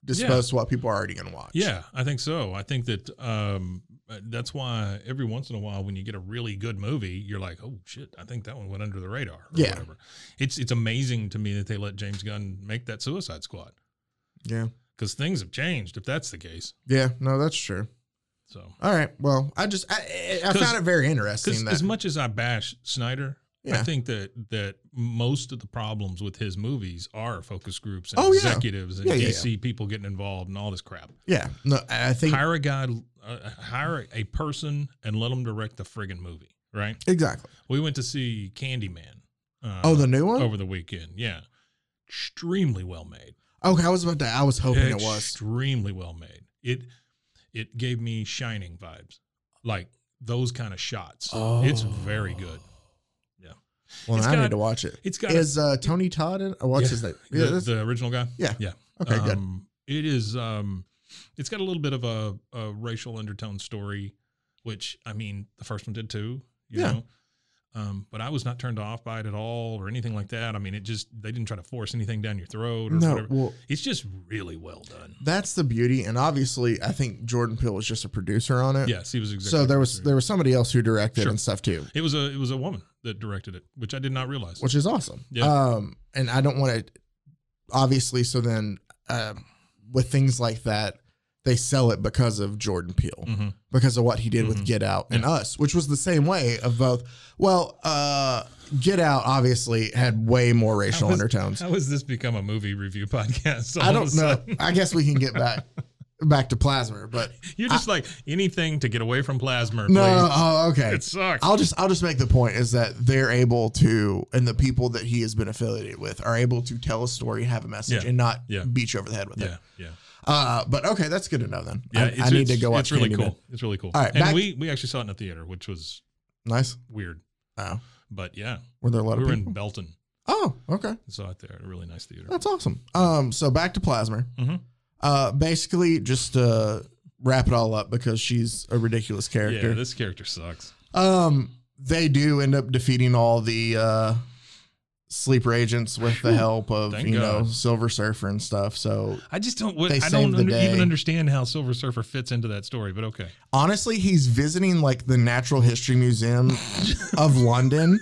Speaker 4: disposed to what people are already gonna watch.
Speaker 3: Yeah, I think so. I think that um, that's why every once in a while, when you get a really good movie, you're like, "Oh shit, I think that one went under the radar." Or
Speaker 4: Yeah.
Speaker 3: whatever. It's it's amazing to me that they let James Gunn make that Suicide Squad
Speaker 4: Yeah.
Speaker 3: because things have changed. If that's the case,
Speaker 4: Yeah. No, that's true.
Speaker 3: so
Speaker 4: All right. Well, I just I, I I
Speaker 3: 'Cause-
Speaker 4: found it very
Speaker 3: because
Speaker 4: interesting that
Speaker 3: as much as I bash Snyder. I
Speaker 4: Yeah.
Speaker 3: think that that most of the problems with his movies are focus groups and
Speaker 4: Oh, yeah.
Speaker 3: executives and
Speaker 4: Yeah, yeah,
Speaker 3: DC people getting involved and all this crap.
Speaker 4: yeah. No, I I think
Speaker 3: hire a guy, uh, hire a person, and let them direct the friggin' movie. Right?
Speaker 4: exactly.
Speaker 3: We went to see Candyman. Uh,
Speaker 4: Oh, the new one.
Speaker 3: over the weekend. Yeah, extremely well made.
Speaker 4: okay, I was about to. I was hoping it was.
Speaker 3: extremely well made. It it gave me Shining vibes, like those kind of shots. It's very good.
Speaker 4: Well,
Speaker 3: it's
Speaker 4: I
Speaker 3: got-
Speaker 4: need to watch it.
Speaker 3: It's got a-
Speaker 4: Is uh, Tony Todd in? oh, What's
Speaker 3: Yeah.
Speaker 4: his name?
Speaker 3: the,
Speaker 4: Yeah. that's-
Speaker 3: the original guy.
Speaker 4: Yeah.
Speaker 3: yeah.
Speaker 4: Okay. good.
Speaker 3: um, It is. Um, it's got a little bit of a, a racial undertone story, which I mean, the first one did too. You
Speaker 4: Yeah.
Speaker 3: know? Um, but I was not turned off by it at all or anything like that. I mean, it just they didn't try to force anything down your throat or
Speaker 4: No.
Speaker 3: whatever.
Speaker 4: Well,
Speaker 3: It's just really well done.
Speaker 4: that's the beauty, and obviously, I think Jordan Peele was just a producer on it.
Speaker 3: Yes, he was exactly.
Speaker 4: So there was there was somebody else who directed
Speaker 3: Sure.
Speaker 4: and stuff too,
Speaker 3: it was a it was a woman that directed it, which I did not realize.
Speaker 4: which is awesome.
Speaker 3: Yeah.
Speaker 4: Um, and I don't want to, obviously. So then, um, with things like that, they sell it because of Jordan Peele,
Speaker 3: Mhm.
Speaker 4: because of what he did
Speaker 3: Mhm.
Speaker 4: with Get Out and Us, which was the same way of both. Well, uh, Get Out obviously had way more racial
Speaker 3: was-
Speaker 4: undertones.
Speaker 3: How has this become a movie review podcast? all
Speaker 4: I
Speaker 3: of a
Speaker 4: don't know.
Speaker 3: sudden?
Speaker 4: I guess we can get back back to Plasmer, but
Speaker 3: You're just like anything to get away from plasma.
Speaker 4: no.
Speaker 3: please.
Speaker 4: Oh, okay.
Speaker 3: it sucks.
Speaker 4: I'll just I'll just make the point is that they're able to and the people that he has been affiliated with are able to tell a story, have a message,
Speaker 3: Yeah.
Speaker 4: and not
Speaker 3: Yeah.
Speaker 4: beat you over the head with
Speaker 3: yeah,
Speaker 4: it.
Speaker 3: yeah.
Speaker 4: Uh, but okay, that's good to know then.
Speaker 3: Yeah,
Speaker 4: I, I need to go watch.
Speaker 3: It's really
Speaker 4: Candyman.
Speaker 3: cool. It's really cool.
Speaker 4: All right,
Speaker 3: and
Speaker 4: back-
Speaker 3: we we actually saw it in the theater, which was
Speaker 4: Nice.
Speaker 3: weird.
Speaker 4: Oh,
Speaker 3: But yeah,
Speaker 4: were there a lot
Speaker 3: we
Speaker 4: of
Speaker 3: were in
Speaker 4: people?
Speaker 3: Belton
Speaker 4: oh, okay,
Speaker 3: and saw it there at a really nice theater.
Speaker 4: that's awesome. Um, so back to Plasmer.
Speaker 3: Mhm.
Speaker 4: Uh, basically just to wrap it all up because she's a ridiculous character.
Speaker 3: Yeah, this character sucks.
Speaker 4: um, they do end up defeating all the uh sleeper agents with the help of
Speaker 3: Thank
Speaker 4: you know
Speaker 3: God.
Speaker 4: Silver Surfer and stuff. So
Speaker 3: I just don't. What,
Speaker 4: They
Speaker 3: I
Speaker 4: saved
Speaker 3: don't
Speaker 4: the
Speaker 3: under,
Speaker 4: day.
Speaker 3: even understand how Silver Surfer fits into that story. But okay,
Speaker 4: honestly, he's visiting like the Natural History Museum of London.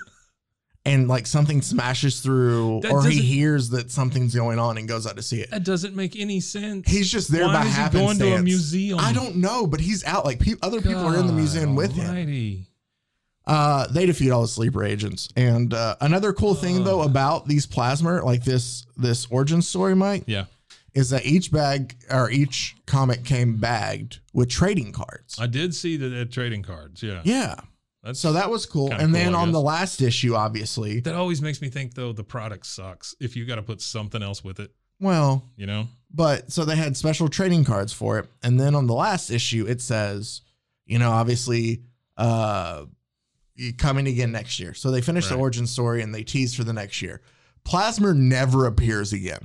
Speaker 4: And like something smashes through,
Speaker 3: That
Speaker 4: or he
Speaker 3: doesn't-
Speaker 4: hears that something's going on and goes out to see it.
Speaker 3: that doesn't make any sense.
Speaker 4: He's just there
Speaker 3: Why
Speaker 4: by
Speaker 3: is he going
Speaker 4: happenstance.
Speaker 3: to a museum?
Speaker 4: I don't know, but he's out. Like pe- other people are in the museum with him.
Speaker 3: him.
Speaker 4: Uh, they defeat all the sleeper agents. And uh, another cool thing though about these plasma, like this this origin story, Mike,
Speaker 3: Yeah,
Speaker 4: is that each bag or each comic came bagged with trading cards.
Speaker 3: I did see that at trading cards. Yeah,
Speaker 4: yeah,
Speaker 3: That's,
Speaker 4: so that was cool.
Speaker 3: Kinda
Speaker 4: and then
Speaker 3: cool, I
Speaker 4: on the
Speaker 3: guess.
Speaker 4: last issue, obviously,
Speaker 3: that always makes me think though the product sucks if you got to put something else with it.
Speaker 4: well,
Speaker 3: You know,
Speaker 4: but so they had special trading cards for it. And then on the last issue, it says, you know, obviously, uh, you coming again next year. So they finish the
Speaker 3: Right.
Speaker 4: origin story and they tease for the next year. Plasmer never appears again.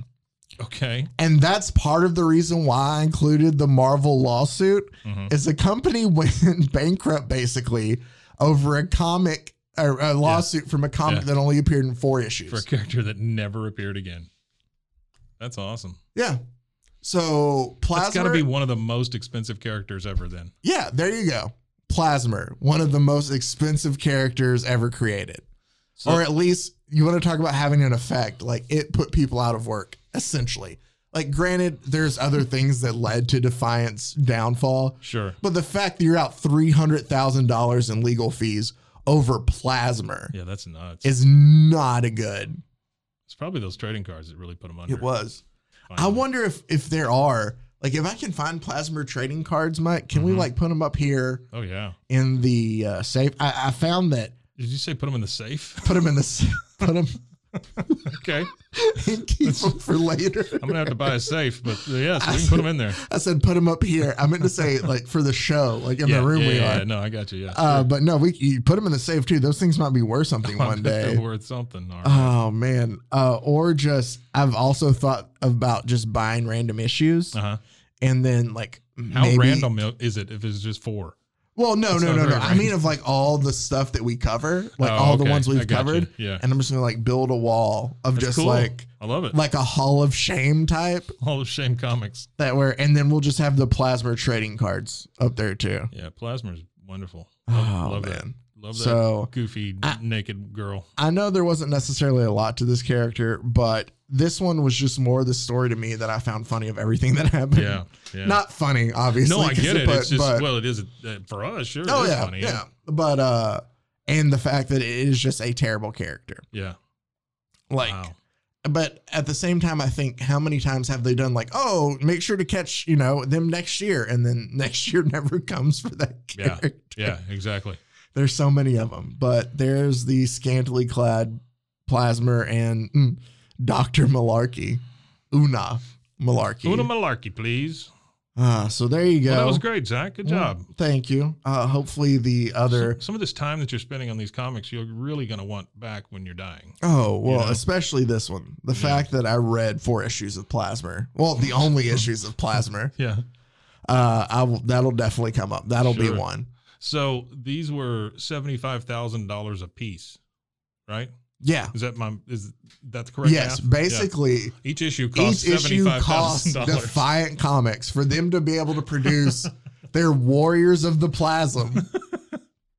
Speaker 3: okay.
Speaker 4: And that's part of the reason why I included the Marvel lawsuit
Speaker 3: Mhm.
Speaker 4: is the company went bankrupt basically over a comic or a lawsuit from a comic
Speaker 3: Yeah.
Speaker 4: that only appeared in four issues.
Speaker 3: for a character that never appeared again. That's awesome.
Speaker 4: yeah. So plasma
Speaker 3: That's got to be one of the most expensive characters ever. Then
Speaker 4: Yeah, there you go. Plasmer, one of the most expensive characters ever created.
Speaker 3: So,
Speaker 4: or at least you want to talk about having an effect. Like it put people out of work, essentially. Like, granted, there's other things that led to Defiant's downfall,
Speaker 3: sure.
Speaker 4: but the fact that you're out three hundred thousand dollars in legal fees over Plasmer
Speaker 3: Yeah, that's nuts.
Speaker 4: is not a good.
Speaker 3: it's probably those trading cards that really put them under.
Speaker 4: It was. I
Speaker 3: finally.
Speaker 4: wonder if if there are like if I can find Plasmer trading cards, Mike. Can we
Speaker 3: Mhm.
Speaker 4: like put them up here
Speaker 3: Oh yeah.
Speaker 4: in the uh, safe? I, I found that
Speaker 3: Did you say put them in the safe?
Speaker 4: put them in the s- put them
Speaker 3: okay.
Speaker 4: and keep them for later.
Speaker 3: I'm gonna have to buy a safe, but uh, yes, we can put them in there.
Speaker 4: I said put them up here. I meant to say like for the show, like in
Speaker 3: yeah,
Speaker 4: the room
Speaker 3: yeah,
Speaker 4: we
Speaker 3: yeah,
Speaker 4: are.
Speaker 3: yeah, No, I got you. Yeah.
Speaker 4: Uh, but no, we you put them in the safe too. Those things might be worth something
Speaker 3: I
Speaker 4: one
Speaker 3: bet
Speaker 4: day.
Speaker 3: Oh, They're worth something. All right.
Speaker 4: Oh man. Uh, or just I've also thought about just buying random issues
Speaker 3: Uh-huh.
Speaker 4: and then like
Speaker 3: How
Speaker 4: maybe-
Speaker 3: random is it if it's just four?
Speaker 4: Well, no,
Speaker 3: That's
Speaker 4: no,
Speaker 3: not
Speaker 4: no, no.
Speaker 3: very
Speaker 4: I mean of like all the stuff that we cover, like
Speaker 3: Oh,
Speaker 4: all the
Speaker 3: okay.
Speaker 4: ones we've
Speaker 3: I got you.
Speaker 4: covered.
Speaker 3: Yeah.
Speaker 4: And I'm just gonna like build a wall of
Speaker 3: That's
Speaker 4: just
Speaker 3: cool.
Speaker 4: like
Speaker 3: I love it.
Speaker 4: like a hall of shame type
Speaker 3: All of Shame Comics.
Speaker 4: that where and then we'll just have the plasma trading cards up there too.
Speaker 3: Yeah, Plasma's wonderful.
Speaker 4: Oh,
Speaker 3: that.
Speaker 4: man.
Speaker 3: Love that
Speaker 4: So-
Speaker 3: goofy
Speaker 4: I-
Speaker 3: naked girl.
Speaker 4: I know there wasn't necessarily a lot to this character, but this one was just more the story to me that I found funny of everything that happened.
Speaker 3: Yeah. Yeah.
Speaker 4: Not funny, obviously.
Speaker 3: no, I
Speaker 4: 'cause
Speaker 3: get it.
Speaker 4: put-
Speaker 3: it's just
Speaker 4: but-
Speaker 3: well, it is uh, for us. Sure.
Speaker 4: oh
Speaker 3: it is
Speaker 4: yeah,
Speaker 3: funny,
Speaker 4: yeah, But uh, and the fact that it is just a terrible character.
Speaker 3: Yeah.
Speaker 4: Like,
Speaker 3: wow.
Speaker 4: but at the same time, I think how many times have they done like, oh, make sure to catch you know them next year, and then next year never comes for that
Speaker 3: Yeah,
Speaker 4: character.
Speaker 3: Yeah. Exactly.
Speaker 4: There's so many of them, but there's the scantily clad plasmer and mm, Doctor Malarkey, Una Malarkey.
Speaker 3: Una malarkey, please.
Speaker 4: Ah, so there you go.
Speaker 3: Well, that was great, Zach. Good
Speaker 4: Well,
Speaker 3: job.
Speaker 4: Thank you. Uh, hopefully the Mm-hmm. other.
Speaker 3: Some, some of this time that you're spending on these comics, you're really going to want back when you're dying.
Speaker 4: Oh well,
Speaker 3: know?
Speaker 4: especially this one. The fact that I read four issues of Plasmer. Well, the only issues of Plasmer.
Speaker 3: Yeah.
Speaker 4: Uh, I will. That'll definitely come up. That'll
Speaker 3: Sure.
Speaker 4: be one.
Speaker 3: So these were seventy-five thousand dollars a piece, right?
Speaker 4: Yeah.
Speaker 3: Is that my is that the correct?
Speaker 4: yes.
Speaker 3: math? Yeah.
Speaker 4: Basically,
Speaker 3: each issue costs
Speaker 4: each issue
Speaker 3: seventy-five
Speaker 4: costs
Speaker 3: thousand dollars.
Speaker 4: Defiant Comics for them to be able to produce their Warriors of the Plasm.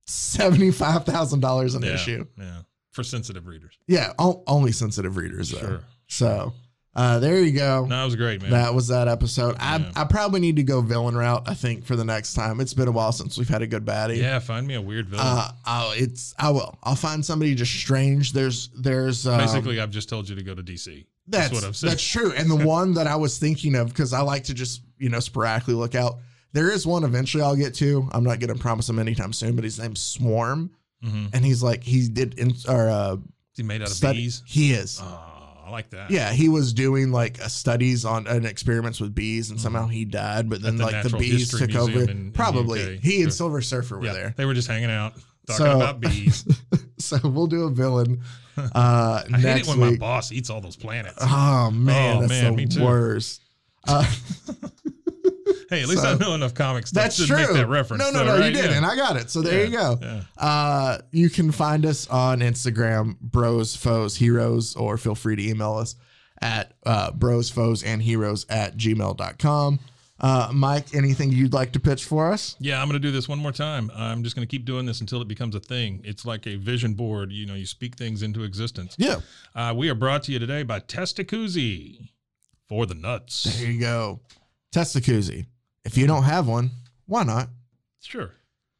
Speaker 4: Seventy-five thousand dollars an
Speaker 3: yeah.
Speaker 4: issue.
Speaker 3: Yeah. For sensitive readers.
Speaker 4: Yeah. o- only sensitive readers though.
Speaker 3: Sure.
Speaker 4: So, uh, there you go.
Speaker 3: No, that was great, man.
Speaker 4: That was that episode. I,
Speaker 3: Yeah.
Speaker 4: I probably need to go villain route. I think for the next time. It's been a while since we've had a good baddie.
Speaker 3: yeah. Find me a weird villain.
Speaker 4: Uh, I'll, it's I will. I'll find somebody just strange. There's there's um,
Speaker 3: Basically, I've just told you to go to DC.
Speaker 4: that's
Speaker 3: what I've said.
Speaker 4: that's true. And the one that I was thinking of because I like to just you know sporadically look out. There is one eventually I'll get to. I'm not going to promise him anytime soon, but his name's Swarm,
Speaker 3: hmm
Speaker 4: and he's like he did in, or uh,
Speaker 3: He made out of
Speaker 4: study-
Speaker 3: bees.
Speaker 4: He is.
Speaker 3: Oh, I like that.
Speaker 4: Yeah, he was doing like uh, studies on and experiments with bees, and somehow he died. But then
Speaker 3: Mm-hmm. the
Speaker 4: like the
Speaker 3: Natural
Speaker 4: bees
Speaker 3: History
Speaker 4: took
Speaker 3: Museum
Speaker 4: over.
Speaker 3: in- in the
Speaker 4: Probably
Speaker 3: UK.
Speaker 4: he
Speaker 3: Sure.
Speaker 4: and Silver Surfer were
Speaker 3: Yeah,
Speaker 4: there.
Speaker 3: They were just hanging out, talking
Speaker 4: So-
Speaker 3: about bees.
Speaker 4: So we'll do a villain uh,
Speaker 3: I hate it
Speaker 4: next
Speaker 3: when my
Speaker 4: week.
Speaker 3: boss eats all those planets.
Speaker 4: oh man,
Speaker 3: Oh,
Speaker 4: that's
Speaker 3: man, me
Speaker 4: the
Speaker 3: too.
Speaker 4: worst. Uh,
Speaker 3: hey, at least
Speaker 4: so-
Speaker 3: I know enough comics.
Speaker 4: that's
Speaker 3: to
Speaker 4: true.
Speaker 3: Make that reference.
Speaker 4: No, no,
Speaker 3: though,
Speaker 4: no, you
Speaker 3: right?
Speaker 4: did,
Speaker 3: Yeah.
Speaker 4: and I got it. So there you
Speaker 3: Yeah,
Speaker 4: go.
Speaker 3: yeah.
Speaker 4: Uh, you can find us on Instagram, Bros Foes Heroes, or feel free to email us at uh, Bros Foes and Heroes at gmail.com. Uh, Mike, anything you'd like to pitch for us?
Speaker 3: Yeah, I'm going to do this one more time. I'm just going to keep doing this until it becomes a thing. It's like a vision board. You know, you speak things into existence.
Speaker 4: Yeah.
Speaker 3: Uh, we are brought to you today by Testacuzzi for the nuts.
Speaker 4: There you go. Testacuzzi. If you don't have one, why not?
Speaker 3: Sure.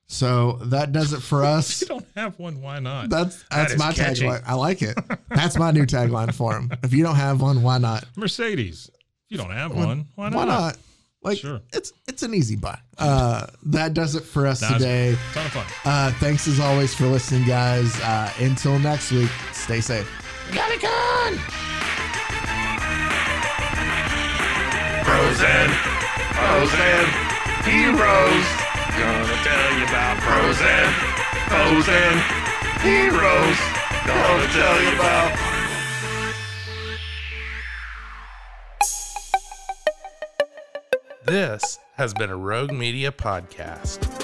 Speaker 4: So that does it for us.
Speaker 3: If you don't have one, why not?
Speaker 4: That's
Speaker 3: That
Speaker 4: that's
Speaker 3: is
Speaker 4: my
Speaker 3: catchy.
Speaker 4: tagline. I like it. That's my new tagline for him. If you don't have one, why not?
Speaker 3: Mercedes. If you don't have one, why not?
Speaker 4: Why not? Like
Speaker 3: Sure.
Speaker 4: it's it's an easy buy. Uh, that does it for us
Speaker 3: That was
Speaker 4: today.
Speaker 3: Ton of fun.
Speaker 4: Uh, thanks as always for listening, guys. Uh, until next week, stay safe. Got it, gun!
Speaker 1: Frozen, Frozen, heroes. Gonna tell you about Frozen, Frozen, heroes. Gonna tell you about.
Speaker 5: This has been a Rogue Media podcast.